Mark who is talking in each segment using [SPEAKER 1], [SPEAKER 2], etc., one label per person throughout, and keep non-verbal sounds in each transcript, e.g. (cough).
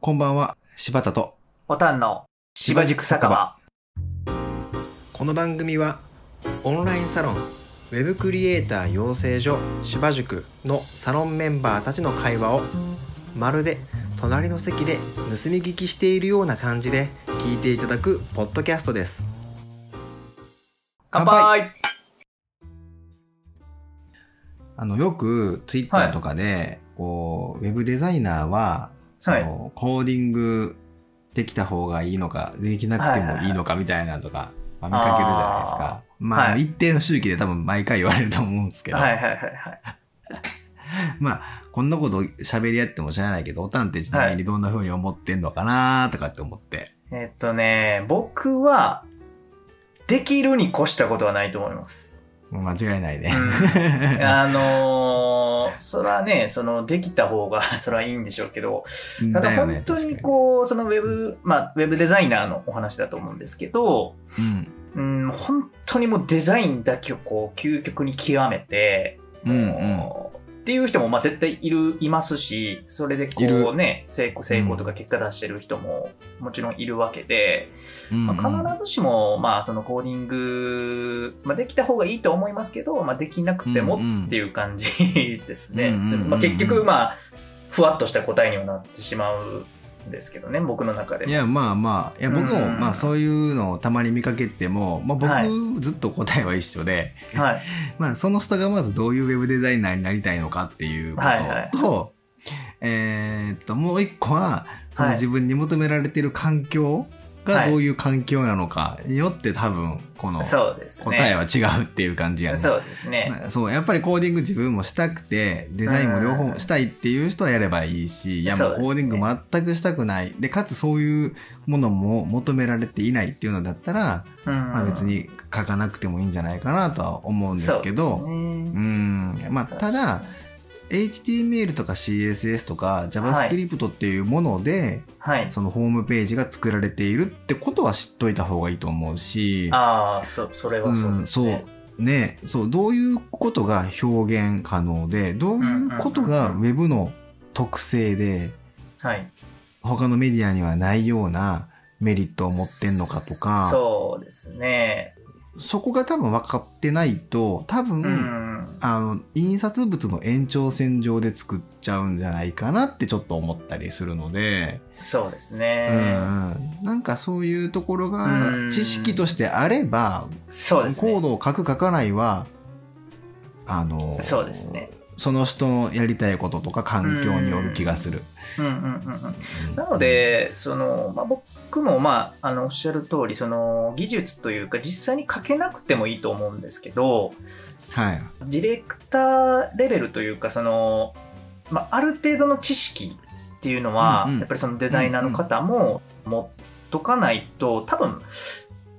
[SPEAKER 1] こんばんは、柴田と
[SPEAKER 2] おたんの
[SPEAKER 1] 柴塾酒場。この番組はオンラインサロンウェブクリエイター養成所柴塾のサロンメンバーたちの会話をまるで隣の席で盗み聞きしているような感じで聞いていただくポッドキャストです。
[SPEAKER 2] 乾杯
[SPEAKER 1] あのよくツイッターとかで、こうウェブデザイナーはそ
[SPEAKER 2] はい
[SPEAKER 1] のコーディングできた方がいいのかできなくてもいいのかみたいなのとか、まあ、見かけるじゃないですか。まあ、
[SPEAKER 2] はい
[SPEAKER 1] 一定の周期で多分毎回言われると思うんですけど、
[SPEAKER 2] はいはいはいはい。
[SPEAKER 1] まあこんなこと喋り合っても知らないけどおたんってちなみにどんな風に思ってんのかなとかって思って。
[SPEAKER 2] えっとね、僕は、できるに越したことはないと思い (laughs) ます。
[SPEAKER 1] 間違いないね。
[SPEAKER 2] う
[SPEAKER 1] (laughs)
[SPEAKER 2] ん、あのー、そらね、その、できた方が、 (laughs) そらいいんでしょうけど、ただ本当にこう、そのウェブ、まあ、ウェブデザイナーのお話だと思うんですけど、
[SPEAKER 1] う。うん。
[SPEAKER 2] うん、本当にもうデザインだけをこう、究極に極めて、
[SPEAKER 1] うんうん
[SPEAKER 2] もうっていう人もまあ絶対いる、いますし、それで
[SPEAKER 1] い
[SPEAKER 2] こ
[SPEAKER 1] る
[SPEAKER 2] うね、成功、成功とか結果出してる人ももちろんいるわけで、
[SPEAKER 1] うんうん
[SPEAKER 2] まあ、必ずしも、まあそのコーディング、まあできた方がいいと思いますけど、まあできなくて
[SPEAKER 1] うんうん
[SPEAKER 2] もっていう感じです
[SPEAKER 1] うん
[SPEAKER 2] ね
[SPEAKER 1] うんうんうん。
[SPEAKER 2] まあ結局まあ、ふわっとした答えにはなってしまうんですけどね、僕の中で
[SPEAKER 1] い
[SPEAKER 2] も。
[SPEAKER 1] やまあまあいや僕も
[SPEAKER 2] うん
[SPEAKER 1] まあそういうのをたまに見かけても、まあ、
[SPEAKER 2] は
[SPEAKER 1] 僕ずっと答えは一緒で、
[SPEAKER 2] はい。
[SPEAKER 1] まあ、その人がまずどういうウェブデザイナーになりたいのかっていうことと、
[SPEAKER 2] はいはい
[SPEAKER 1] えーっともう一個はその
[SPEAKER 2] はい
[SPEAKER 1] 自分に求められてる環境が
[SPEAKER 2] はい
[SPEAKER 1] どういう環境なのかによって多分この答
[SPEAKER 2] そうですね。
[SPEAKER 1] えは違うっていう感じやね。
[SPEAKER 2] そうですね。
[SPEAKER 1] まあそうやっぱりコーディング自分もしたくてデザインも両方したいっていう人はやればいいしいやも
[SPEAKER 2] そうう
[SPEAKER 1] コ
[SPEAKER 2] ですね
[SPEAKER 1] ーディング全くしたくないでかつそういうものも求められていないっていうのだったら、
[SPEAKER 2] うん
[SPEAKER 1] まあ、別に書かなくてもいいんじゃないかなとは思うんですけど
[SPEAKER 2] そうですね
[SPEAKER 1] うんまあ、ただ HTML とか CSS とか JavaScript っていうもので、
[SPEAKER 2] はい。
[SPEAKER 1] そのホームページが作られているってことは知っといた方がいいと思うし。
[SPEAKER 2] ああ、そ、それはそうですね。
[SPEAKER 1] うんそうねそうどういうことが表現可能でどういうことが
[SPEAKER 2] う
[SPEAKER 1] ウ
[SPEAKER 2] んうん
[SPEAKER 1] ェブの特性で
[SPEAKER 2] はい。
[SPEAKER 1] 他のメディアにはないようなメリットを持ってんのかとかそ
[SPEAKER 2] そうですね。
[SPEAKER 1] こが多分分かってないと多分、
[SPEAKER 2] うん。
[SPEAKER 1] あの印刷物の延長線上で作っちゃうんじゃないかなってちょっと思ったりするので、
[SPEAKER 2] そうです
[SPEAKER 1] う
[SPEAKER 2] ね。
[SPEAKER 1] んうんなんかそういうところ
[SPEAKER 2] う
[SPEAKER 1] が
[SPEAKER 2] ん
[SPEAKER 1] 知識としてあれば
[SPEAKER 2] そうです
[SPEAKER 1] コー
[SPEAKER 2] ね。
[SPEAKER 1] ドを書く書かないはあの
[SPEAKER 2] そうですね。
[SPEAKER 1] その人のやりたいこととか環境による気がする。
[SPEAKER 2] うんうんうんうん。なので、その、まあ、僕も、まあ、あの、おっしゃる通り、その、技術というか、実際に書けなくてもいいと思うんですけど、
[SPEAKER 1] はい、
[SPEAKER 2] ディレクターレベルというか、その、まあ、ある程度の知識っていうのは、
[SPEAKER 1] うんうん
[SPEAKER 2] やっぱりそのデザイナーの方も持っとかないと、多分、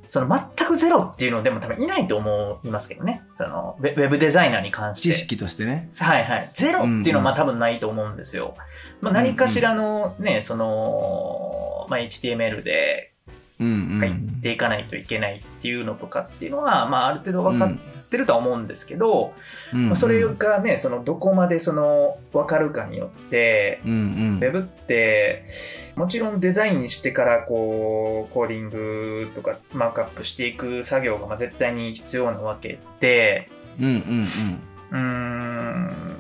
[SPEAKER 2] その全くゼロっていうのでも多分いないと思いますけどね。そのウェウェブデザイナーに関して。
[SPEAKER 1] 知識としてね。
[SPEAKER 2] はいはい。ゼロっていうのはまあ多分ないと思うんですよ。まあ、何かしらのね、その、まあ、HTML で
[SPEAKER 1] うんうん
[SPEAKER 2] 書いていかないといけないっていうのとかっていうのは、まあある程度分かってるとは思うんですけど、
[SPEAKER 1] うんうん
[SPEAKER 2] まあ、それがね、そのどこまでその分かるかによって、
[SPEAKER 1] うんうん
[SPEAKER 2] ウェブって、もちろんデザインしてから、こう、コーディングとか、マークアップしていく作業がまあ絶対に必要なわけで、
[SPEAKER 1] うんうん
[SPEAKER 2] うーん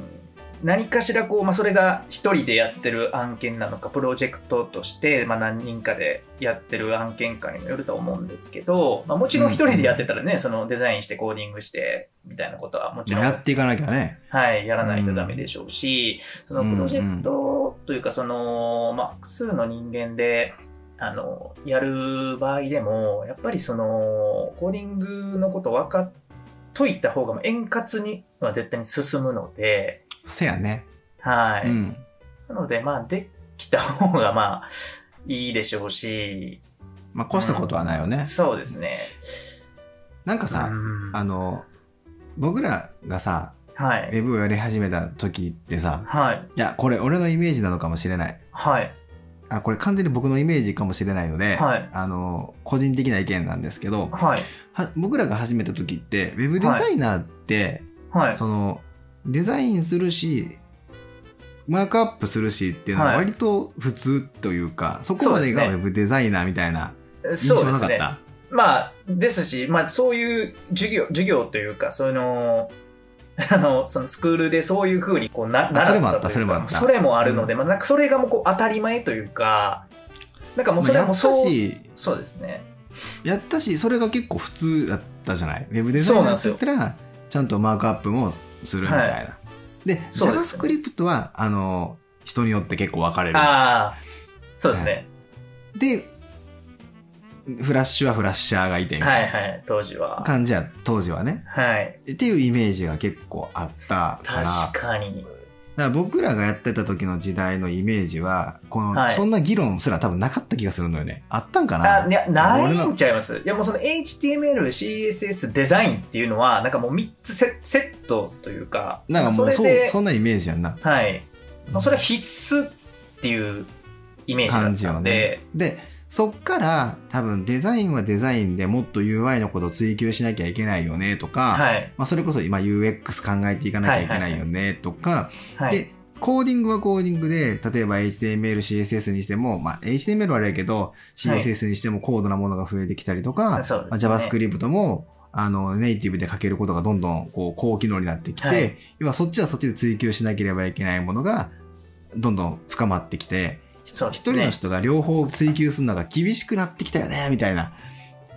[SPEAKER 2] 何かしらこう、まあ、それが一人でやってる案件なのかプロジェクトとして、まあ、何人かでやってる案件かにもよると思うんですけど、まあ、もちろん一人でやってたらね、そのデザインしてコーディングしてみたいなことはもち
[SPEAKER 1] ま
[SPEAKER 2] ろ
[SPEAKER 1] あ
[SPEAKER 2] ん、
[SPEAKER 1] やっていかなきゃね。
[SPEAKER 2] はい、やらないとダメでしょうし、そのプロジェクトというかその、まあ、複数の人間であのやる場合でもやっぱりそのコーディングのこと分かっといた方が円滑には絶対に進むので、
[SPEAKER 1] せやね。
[SPEAKER 2] はい
[SPEAKER 1] うん
[SPEAKER 2] なのでまあできた方がまあいいでしょうし
[SPEAKER 1] まあ、越したことはないよね。
[SPEAKER 2] そうですね。
[SPEAKER 1] なんかさ、
[SPEAKER 2] うん
[SPEAKER 1] あの僕らがさ
[SPEAKER 2] は
[SPEAKER 1] ウ
[SPEAKER 2] い
[SPEAKER 1] ェブをやり始めた時ってさ
[SPEAKER 2] はい
[SPEAKER 1] いやこれ俺のイメージなのかもしれない
[SPEAKER 2] はい
[SPEAKER 1] あこれ完全に僕のイメージかもしれないので、
[SPEAKER 2] はい
[SPEAKER 1] あの個人的な意見なんですけど
[SPEAKER 2] はい
[SPEAKER 1] は僕らが始めた時ってウェブデザイナーって、
[SPEAKER 2] はい
[SPEAKER 1] そのデザインするしマークアップするしっていうのは
[SPEAKER 2] はい
[SPEAKER 1] 割と普通というか、そこまでがウ
[SPEAKER 2] そ
[SPEAKER 1] ェ
[SPEAKER 2] うですね
[SPEAKER 1] ブデザイナーみたいな印
[SPEAKER 2] そう
[SPEAKER 1] 象
[SPEAKER 2] で
[SPEAKER 1] な
[SPEAKER 2] す
[SPEAKER 1] かっ
[SPEAKER 2] ね。
[SPEAKER 1] た。
[SPEAKER 2] まあ、ですし、まあ、そういう授業、授業というか、その、 (laughs) あの、そのスクールでそういうふうにこうな、習
[SPEAKER 1] それもあった
[SPEAKER 2] とい
[SPEAKER 1] それ
[SPEAKER 2] うか
[SPEAKER 1] もあった
[SPEAKER 2] それもあるので、まあ、なんかそれがもうこう当たり前というか、なんかもうそれ
[SPEAKER 1] や
[SPEAKER 2] はもう
[SPEAKER 1] っ
[SPEAKER 2] そ
[SPEAKER 1] た
[SPEAKER 2] う、
[SPEAKER 1] し、
[SPEAKER 2] そうですね。
[SPEAKER 1] やったし、それが結構普通だったじゃない。ウェブデザイナーって言ったら、ちゃんとマークアップもするみたいな。
[SPEAKER 2] は
[SPEAKER 1] で、
[SPEAKER 2] そうですね
[SPEAKER 1] JavaScript は、あの、人によって結構分かれる。
[SPEAKER 2] ああ、そうですね。
[SPEAKER 1] で、フラッシュはフラッシャーがいてみた
[SPEAKER 2] はいいはい、当時
[SPEAKER 1] な
[SPEAKER 2] は。
[SPEAKER 1] 感じや、当時はね。
[SPEAKER 2] はい。
[SPEAKER 1] っていうイメージが結構あったから。
[SPEAKER 2] 確かに。
[SPEAKER 1] だから僕らがやってた時の時代のイメージはこの、
[SPEAKER 2] はい
[SPEAKER 1] そんな議論すら多分なかった気がするのよねあったんかな
[SPEAKER 2] あいやないんちゃいますいやもうその HTML、CSS、デザインっていうのは、なんかもう3つセセットというか、
[SPEAKER 1] なんかもう
[SPEAKER 2] そ
[SPEAKER 1] そ
[SPEAKER 2] れ
[SPEAKER 1] う
[SPEAKER 2] で
[SPEAKER 1] そんなイメージやんな
[SPEAKER 2] はい。もうそれは必須っていうイメージだ
[SPEAKER 1] 感
[SPEAKER 2] っ
[SPEAKER 1] じ
[SPEAKER 2] た
[SPEAKER 1] よ
[SPEAKER 2] ん
[SPEAKER 1] ね
[SPEAKER 2] で、
[SPEAKER 1] でそっから多分デザインはデザインでもっと UI のことを追求しなきゃいけないよねとか、
[SPEAKER 2] はい。
[SPEAKER 1] まあ、それこそ今 UX 考えていかなきゃいけないよねとか、
[SPEAKER 2] はい。
[SPEAKER 1] でコーディングはコーディングで例えば HTML、CSS にしても、まあ、HTML はあれやけど CSS にしても高度なものが増えてきたりとか、
[SPEAKER 2] あそう
[SPEAKER 1] まあ
[SPEAKER 2] ですね
[SPEAKER 1] JavaScript もあのネイティブで書けることがどんどんこう高機能になってきて、
[SPEAKER 2] はい
[SPEAKER 1] 要はそっちはそっちで追求しなければいけないものがどんどん深まってきて一、
[SPEAKER 2] そうです
[SPEAKER 1] 人
[SPEAKER 2] ね
[SPEAKER 1] の人が両方追求するのが厳しくなってきたよねみたいな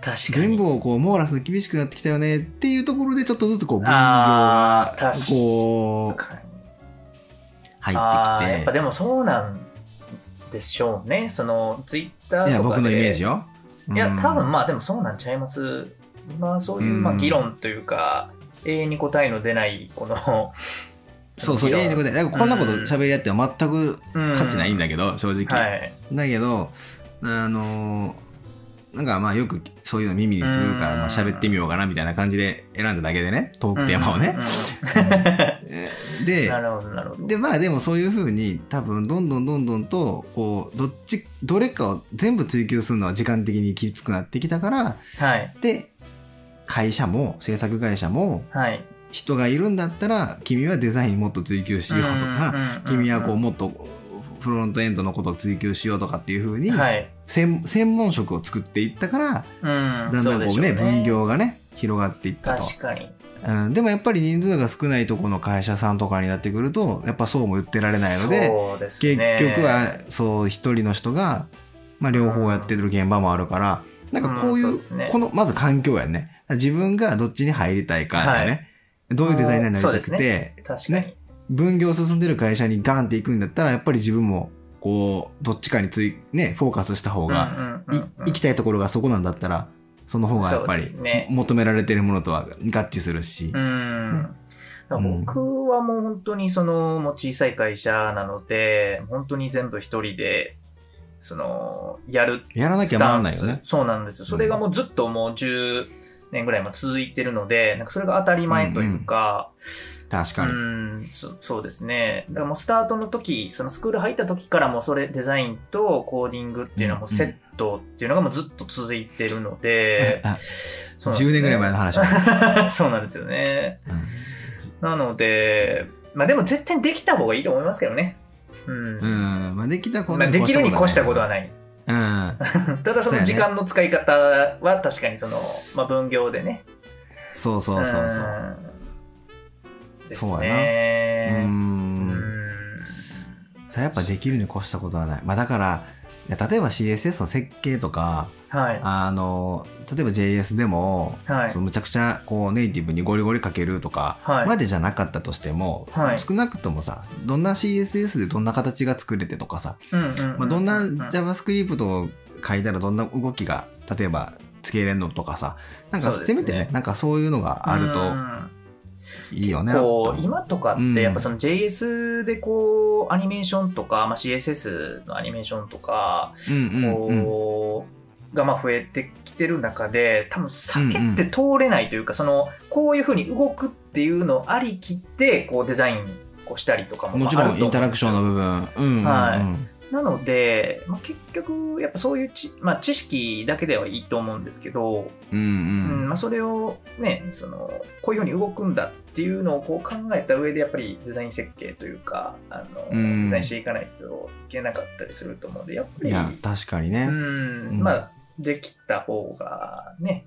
[SPEAKER 2] 確か
[SPEAKER 1] 全
[SPEAKER 2] に。
[SPEAKER 1] 部をこう網羅するの厳しくなってきたよねっていうところでちょっとずつこう分業
[SPEAKER 2] あ
[SPEAKER 1] が
[SPEAKER 2] ー確かに
[SPEAKER 1] こう入
[SPEAKER 2] あ
[SPEAKER 1] っ
[SPEAKER 2] ー
[SPEAKER 1] て
[SPEAKER 2] やっ
[SPEAKER 1] き
[SPEAKER 2] ぱ
[SPEAKER 1] て。
[SPEAKER 2] でもそうなんでしょうね。その、ツイッターとか
[SPEAKER 1] い
[SPEAKER 2] で。
[SPEAKER 1] や僕のイメージよ。
[SPEAKER 2] いや、多分
[SPEAKER 1] あ
[SPEAKER 2] まあでもそうなんちゃいます。まあそういう、
[SPEAKER 1] うん
[SPEAKER 2] まあ議論というか、永遠に答えの出ない、この、
[SPEAKER 1] そうそう、
[SPEAKER 2] 議論
[SPEAKER 1] ええとこで、なんかこんなこと喋り合っては全く
[SPEAKER 2] うん
[SPEAKER 1] 価値ないんだけど、正直、
[SPEAKER 2] はい。
[SPEAKER 1] だけど、あのーなんかまあよくそういうの耳にするから、
[SPEAKER 2] うん
[SPEAKER 1] まあ喋ってみようかなみたいな感じで選んだだけでね、トークテーマをね。えー
[SPEAKER 2] うん。な
[SPEAKER 1] (laughs) で、
[SPEAKER 2] るほど、なるほど。
[SPEAKER 1] で、まあでもそういうふうに多分どんどんどんどんと、こう、どっち、どれかを全部追求するのは時間的にきつくなってきたから、
[SPEAKER 2] はい。
[SPEAKER 1] で、会社も、制作会社も、
[SPEAKER 2] はい。
[SPEAKER 1] 人がいるんだったら君はデザインもっと追求しようと
[SPEAKER 2] うん
[SPEAKER 1] か、
[SPEAKER 2] うんうんうん
[SPEAKER 1] 君はこうもっとフロントエンドのことを追求しようとかっていうふうに、
[SPEAKER 2] はい。
[SPEAKER 1] 専専門職を作っていったから
[SPEAKER 2] うん。
[SPEAKER 1] だんだんこうね
[SPEAKER 2] そでしょ
[SPEAKER 1] 分業がね広がっていったと、
[SPEAKER 2] 確かに。
[SPEAKER 1] うん、でもやっぱり人数が少ないところの会社さんとかになってくるとやっぱそうも言ってられないので
[SPEAKER 2] そうです
[SPEAKER 1] 結
[SPEAKER 2] ね
[SPEAKER 1] 局はそう一人の人が、まあ、両方やってる現場もあるから、なんかこういう,、
[SPEAKER 2] うんそうですね
[SPEAKER 1] このまず環境やね自分がどっちに入りたいかやね、どういうデザイナーになりた
[SPEAKER 2] そ
[SPEAKER 1] く
[SPEAKER 2] う
[SPEAKER 1] て、
[SPEAKER 2] 確かに、
[SPEAKER 1] ね分業進んでる会社にガンって行くんだったらやっぱり自分もこうどっちかについ、ね、フォーカスした方が、
[SPEAKER 2] うんうんうんうん
[SPEAKER 1] い行きたいところがそこなんだったらその方がやっぱり
[SPEAKER 2] そうですね
[SPEAKER 1] 求められてるものとは合致するし、
[SPEAKER 2] うん
[SPEAKER 1] ね
[SPEAKER 2] だから僕はもう本当にそのもう小さい会社なので本当に全部一人でそのやる
[SPEAKER 1] やらなきゃ回らないよね
[SPEAKER 2] スタン。スそうなんですよそれがもうずっともう10年ぐらいも続いてるのでなんかそれが当たり前というか、
[SPEAKER 1] 確
[SPEAKER 2] う
[SPEAKER 1] かに、
[SPEAKER 2] んそそうですねだからもうスタートの時そのスクール入った時からもうそれデザインとコーディングっていうのはもうセットっていうのがもうずっと続いてるのでそうなんですね
[SPEAKER 1] 10年ぐらい前の話も、
[SPEAKER 2] (laughs) そうなんですよね。
[SPEAKER 1] うん
[SPEAKER 2] なので、まあでも絶対できた方がいいと思いますけどね。うん。
[SPEAKER 1] うんまあ、できたこと
[SPEAKER 2] まあ、できるに越したことは
[SPEAKER 1] ない。
[SPEAKER 2] ない。
[SPEAKER 1] うん、
[SPEAKER 2] ただそ
[SPEAKER 1] そうやね
[SPEAKER 2] の時間の使い方は確かにその、まあ分業でね。
[SPEAKER 1] そうそうそうそう。
[SPEAKER 2] んです
[SPEAKER 1] そうやなう。
[SPEAKER 2] ね。うんん
[SPEAKER 1] それやっぱできるに越したことはない。まあだから、いや例えば CSS の設計とか、
[SPEAKER 2] はい。
[SPEAKER 1] あの、例えば JS でも、
[SPEAKER 2] はい
[SPEAKER 1] そのむちゃくちゃこうネイティブにゴリゴリ書けるとか、
[SPEAKER 2] はい
[SPEAKER 1] までじゃなかったとしても、
[SPEAKER 2] はい
[SPEAKER 1] 少なくともさ、どんな CSS でどんな形が作れてとかさ、
[SPEAKER 2] うんうんうんうん
[SPEAKER 1] まあ、どんな JavaScript を書いたらどんな動きが、例えば、つけれるのとかさ、なんか
[SPEAKER 2] そうですね
[SPEAKER 1] せめてね、なんかそういうのがある
[SPEAKER 2] う
[SPEAKER 1] と
[SPEAKER 2] ん
[SPEAKER 1] いいよね。
[SPEAKER 2] こう
[SPEAKER 1] と
[SPEAKER 2] 今とか
[SPEAKER 1] う
[SPEAKER 2] っ
[SPEAKER 1] ん
[SPEAKER 2] てやっぱその JS でこうアニメーションとか、まあ、CSS のアニメーションとか
[SPEAKER 1] うんうんうん
[SPEAKER 2] こうがまあ増えてきてる中で多分避けて通れないというか、そのこういうふうに動くっていうのありきでこうデザインこうしたりとかも
[SPEAKER 1] もちろんインタラクションの
[SPEAKER 2] の
[SPEAKER 1] 部分、うんうんうん
[SPEAKER 2] はなので、まあ、結局、やっぱそういうち、まあ、知識だけではいいと思うんですけど、
[SPEAKER 1] うんう
[SPEAKER 2] うん
[SPEAKER 1] ん
[SPEAKER 2] まあ、それをね、その、こういうふうに動くんだっていうのをこう考えた上で、やっぱりデザイン設計というか、あの、
[SPEAKER 1] うん
[SPEAKER 2] デザインしていかないといけなかったりすると思うんで、やっぱ
[SPEAKER 1] い
[SPEAKER 2] り、
[SPEAKER 1] や確かにね、
[SPEAKER 2] う、
[SPEAKER 1] いうんん
[SPEAKER 2] まあ、できた方がね、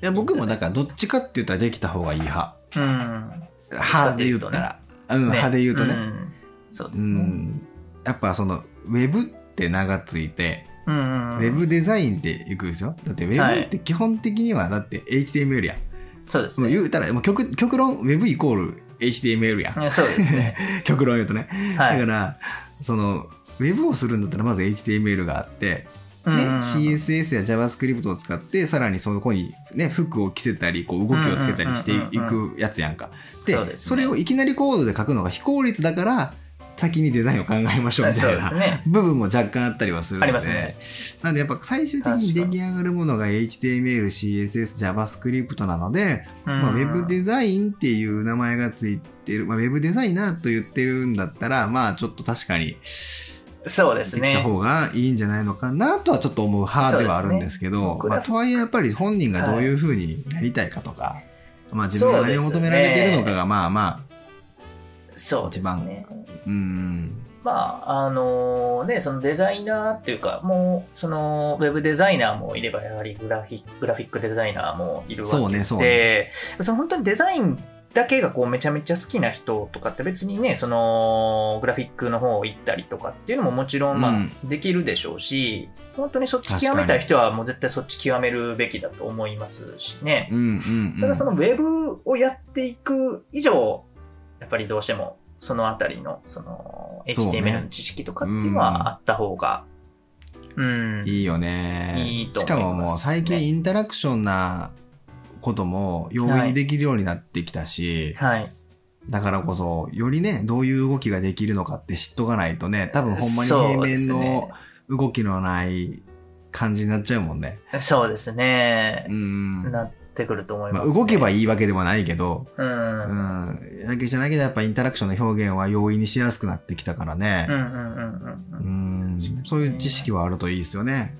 [SPEAKER 1] や僕もだからどっちかって言ったらできた方がいい派
[SPEAKER 2] うん、
[SPEAKER 1] 派で言ったら、うん、
[SPEAKER 2] ね
[SPEAKER 1] 派で言うとね、
[SPEAKER 2] んそうで
[SPEAKER 1] う
[SPEAKER 2] すね。
[SPEAKER 1] ん、やっぱそのウェブって名がついて、
[SPEAKER 2] うん
[SPEAKER 1] ウェブデザインでいくでしょだってウェブって基本的にはだって HTML や、
[SPEAKER 2] そうです
[SPEAKER 1] もう
[SPEAKER 2] ね。
[SPEAKER 1] 言うたらもう極極論ウェブイコール HTML や、
[SPEAKER 2] うんそうです
[SPEAKER 1] (laughs)
[SPEAKER 2] ね。
[SPEAKER 1] 極論言うとね、
[SPEAKER 2] はい。
[SPEAKER 1] だからそのウェブをするんだったらまず HTML があって、
[SPEAKER 2] うんうん
[SPEAKER 1] ね
[SPEAKER 2] うん
[SPEAKER 1] CSS や JavaScript を使ってさらにそこに、ね、服を着せたりこう動きをつけたりしていくやつやんか。で
[SPEAKER 2] そ
[SPEAKER 1] そう
[SPEAKER 2] ですね
[SPEAKER 1] れをいきなりコードで書くのが非効率だから先にデザインを考えましょうみ
[SPEAKER 2] そ
[SPEAKER 1] た
[SPEAKER 2] う
[SPEAKER 1] い
[SPEAKER 2] で
[SPEAKER 1] な
[SPEAKER 2] す。ね。
[SPEAKER 1] 部分も若干あったりはするので
[SPEAKER 2] ありますね
[SPEAKER 1] なんでやっぱ最終的に出来上がるものが HTML、CSS、JavaScript なので、まあ、ウェブデザインっていう名前がついてる、まあ、ウェブデザイナーと言ってるんだったらまあちょっと確かに
[SPEAKER 2] そう
[SPEAKER 1] で
[SPEAKER 2] で
[SPEAKER 1] すきた
[SPEAKER 2] ね。
[SPEAKER 1] 方がいいんじゃないのかなとはちょっと思う派ではあるんですけ
[SPEAKER 2] そう
[SPEAKER 1] ど
[SPEAKER 2] ですね僕
[SPEAKER 1] ま
[SPEAKER 2] ら
[SPEAKER 1] あ、とはいえやっぱり本人がどういうふうになりたいかとか、まあ、自分が何を求められてるのかがまあまあ
[SPEAKER 2] そうですね。
[SPEAKER 1] うん
[SPEAKER 2] まあ、あのね、そのデザイナーっていうか、もう、その、ウェブデザイナーもいれば、やはりグラフィック、グラフィックデザイナーもいるわけで、
[SPEAKER 1] そうねそう
[SPEAKER 2] その本当にデザインだけがこうめちゃめちゃ好きな人とかって別にね、その、グラフィックの方行ったりとかっていうのももちろん、
[SPEAKER 1] う
[SPEAKER 2] ま
[SPEAKER 1] ん
[SPEAKER 2] あ、できるでしょうし、本当にそっち極めたい人はもう絶対そっち極めるべきだと思いますしね。
[SPEAKER 1] うんうんうん
[SPEAKER 2] ただそのウェブをやっていく以上、やっぱりどうしてもそのあたりのその
[SPEAKER 1] そうね
[SPEAKER 2] HTML の知識とかっていうのはあった方が、うん、
[SPEAKER 1] いいよね
[SPEAKER 2] いいと
[SPEAKER 1] し
[SPEAKER 2] 思います
[SPEAKER 1] かももう最近インタラクションなことも容易にできるようになってきたし、
[SPEAKER 2] はい。
[SPEAKER 1] だからこそよりねどういう動きができるのかって知っとかないとね多分ほんまに平
[SPEAKER 2] そうで
[SPEAKER 1] 面
[SPEAKER 2] す
[SPEAKER 1] の
[SPEAKER 2] ね
[SPEAKER 1] 動きのない感じになっちゃうもんね。
[SPEAKER 2] そうですね
[SPEAKER 1] う。ん
[SPEAKER 2] なってくると思いま、
[SPEAKER 1] ますあ、
[SPEAKER 2] ね。
[SPEAKER 1] 動けばいいわけではないけど、
[SPEAKER 2] う。
[SPEAKER 1] うん
[SPEAKER 2] うん
[SPEAKER 1] ん、だけじゃなきゃやっぱインタラクションの表現は容易にしやすくなってきたから
[SPEAKER 2] うんう
[SPEAKER 1] ね、
[SPEAKER 2] んうん
[SPEAKER 1] う
[SPEAKER 2] うん。
[SPEAKER 1] ん、そういう知識はあるといいですよね。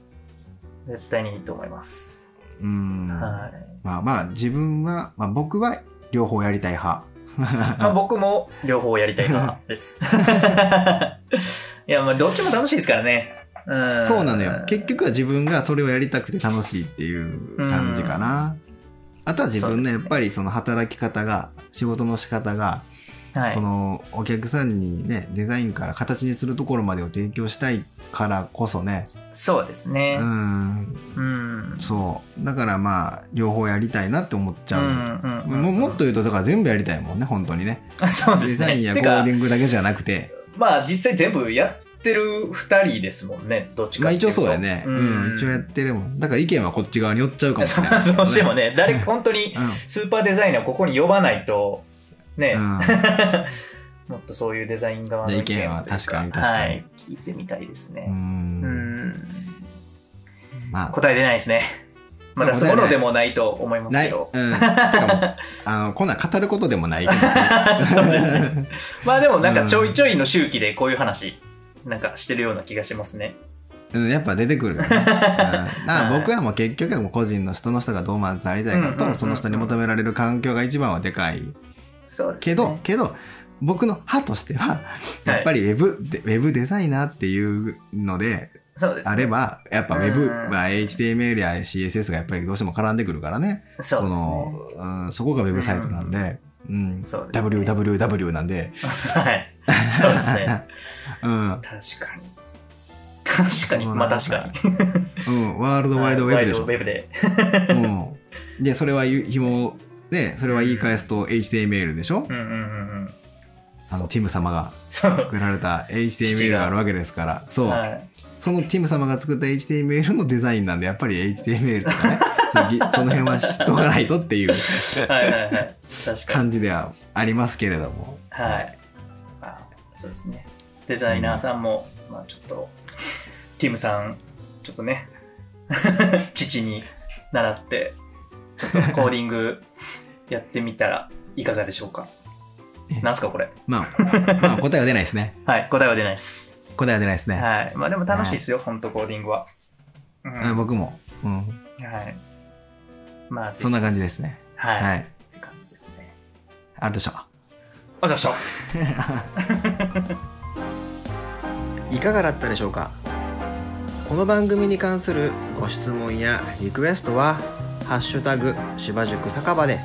[SPEAKER 2] 絶対にいいと思います。
[SPEAKER 1] うん
[SPEAKER 2] はい。
[SPEAKER 1] まあまあ自分は、まあ、僕は両方やりたい派。 (laughs)
[SPEAKER 2] まあ、僕も両方やりたいな、です。 (laughs) いや、まあ、どっちも楽しいですからね。うん。
[SPEAKER 1] そうなのよ。結局は自分がそれをやりたくて楽しいっていう感じかな。あとは自分のや
[SPEAKER 2] そ
[SPEAKER 1] っ
[SPEAKER 2] うですね
[SPEAKER 1] ぱりその働き方が、仕事の仕方が、
[SPEAKER 2] はい、
[SPEAKER 1] そのお客さんにね、デザインから形にするところまでを提供したいからこそね、
[SPEAKER 2] そうです
[SPEAKER 1] う
[SPEAKER 2] ね。
[SPEAKER 1] ん、
[SPEAKER 2] うん。
[SPEAKER 1] そう。だからまあ、両方やりたいなって思っちゃう。
[SPEAKER 2] うんうんうんうん
[SPEAKER 1] ももっと言うと、だから全部やりたいもんね、本当にね。
[SPEAKER 2] あそうで
[SPEAKER 1] デ
[SPEAKER 2] す
[SPEAKER 1] ザ
[SPEAKER 2] ね。
[SPEAKER 1] インやコ
[SPEAKER 2] て
[SPEAKER 1] ー
[SPEAKER 2] か
[SPEAKER 1] ディングだけじゃなくて。
[SPEAKER 2] まあ実際全部やってる2人ですもんね、どっち
[SPEAKER 1] ま
[SPEAKER 2] か
[SPEAKER 1] あ
[SPEAKER 2] って
[SPEAKER 1] 一
[SPEAKER 2] いと
[SPEAKER 1] 応そうだよね。うん、一応やってるもん。だから意見はこっち側に寄っちゃうかもしれない、
[SPEAKER 2] そうどうしてもね、誰、本当に
[SPEAKER 1] うん。
[SPEAKER 2] スーパーデザイナーをここに呼ばないと、ね、
[SPEAKER 1] うん
[SPEAKER 2] (laughs) もっとそういうデザイン側の
[SPEAKER 1] じゃあ
[SPEAKER 2] 意見
[SPEAKER 1] 意見は
[SPEAKER 2] という
[SPEAKER 1] 確かに確かに
[SPEAKER 2] はい、聞いてみたいです
[SPEAKER 1] う
[SPEAKER 2] ね。うんん。
[SPEAKER 1] まあ、
[SPEAKER 2] 答え出ないですね。まだそものでもないと思います
[SPEAKER 1] な
[SPEAKER 2] け
[SPEAKER 1] い。うん。
[SPEAKER 2] ど
[SPEAKER 1] て。かも
[SPEAKER 2] (laughs)
[SPEAKER 1] う、あの、こんなん語ることでもないけどさ
[SPEAKER 2] そうですね。まあでもなんかちょいちょいの周期でこういう話、なんかしてるような気がしますね。
[SPEAKER 1] うん、やっぱ出てくるよね。うん、だから僕はもう結局はもう個人の人の人がどうまでなりたいか
[SPEAKER 2] うんうんうんう
[SPEAKER 1] と、
[SPEAKER 2] ん
[SPEAKER 1] その人に求められる環境が一番はでかい
[SPEAKER 2] そうですね。
[SPEAKER 1] けど、けど、僕の派としては、
[SPEAKER 2] い
[SPEAKER 1] やっぱりウェブ、でウェブデザイナーっていうので、
[SPEAKER 2] そうですね
[SPEAKER 1] あれば、やっぱウェブ
[SPEAKER 2] うん
[SPEAKER 1] は HTML や CSS がやっぱりどうしても絡んでくるからね。
[SPEAKER 2] そうで
[SPEAKER 1] そ
[SPEAKER 2] すね。
[SPEAKER 1] の、うん、そこがウェブサイトなんで、うん、
[SPEAKER 2] そうですね
[SPEAKER 1] WWW なんで、
[SPEAKER 2] はい。そうですね。
[SPEAKER 1] (laughs) うん、
[SPEAKER 2] 確かに。確かに。まあ確かに。
[SPEAKER 1] うん、ワールドワイドウェブでし
[SPEAKER 2] ワ
[SPEAKER 1] ょ
[SPEAKER 2] イドウェブで。
[SPEAKER 1] うん、でそれはゆ紐でそれは言い返すと HTML でしょ、
[SPEAKER 2] うんうんうんうん。
[SPEAKER 1] あのティム様が
[SPEAKER 2] そう。
[SPEAKER 1] 作られた HTML があるわけですからそう、
[SPEAKER 2] はい。
[SPEAKER 1] そのティム様が作った HTML のデザインなんでやっぱり HTML とかねそう
[SPEAKER 2] (laughs)
[SPEAKER 1] ぎその辺は知っとかないとっていう
[SPEAKER 2] はいはいはい。確かに。
[SPEAKER 1] 感じではありますけれども
[SPEAKER 2] はい。まあ、そうですね。デザイナーさんも、まあちょっと、ティムさん、ちょっと (laughs) ね、父に習って、ちょっとコーディング (laughs) やってみたらいかがでしょうか。なんすかこれ。
[SPEAKER 1] まあ、まあ答えは出ないですね
[SPEAKER 2] はい。答えは出ないです。
[SPEAKER 1] 答えは出ないですね。
[SPEAKER 2] はい。まあでも楽しいですよ、本当コーディングは。うん
[SPEAKER 1] うん僕も、うん、
[SPEAKER 2] はい。まあ、
[SPEAKER 1] そんな感じですね。
[SPEAKER 2] はい。
[SPEAKER 1] はい。
[SPEAKER 2] って感じですね。
[SPEAKER 1] あるでしょう。
[SPEAKER 2] あ、じゃあ、しょ。
[SPEAKER 1] いかがだったでしょうかこの番組に関するご質問やリクエストは「ハッシュタグ芝塾酒場」で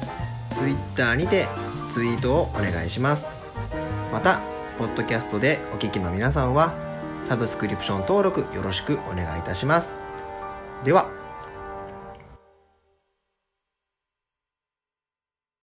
[SPEAKER 1] ツイッターにてツイートをお願いしますまたポッドキャストでお聞きの皆さんはサブスクリプション登録よろしくお願いいたしますでは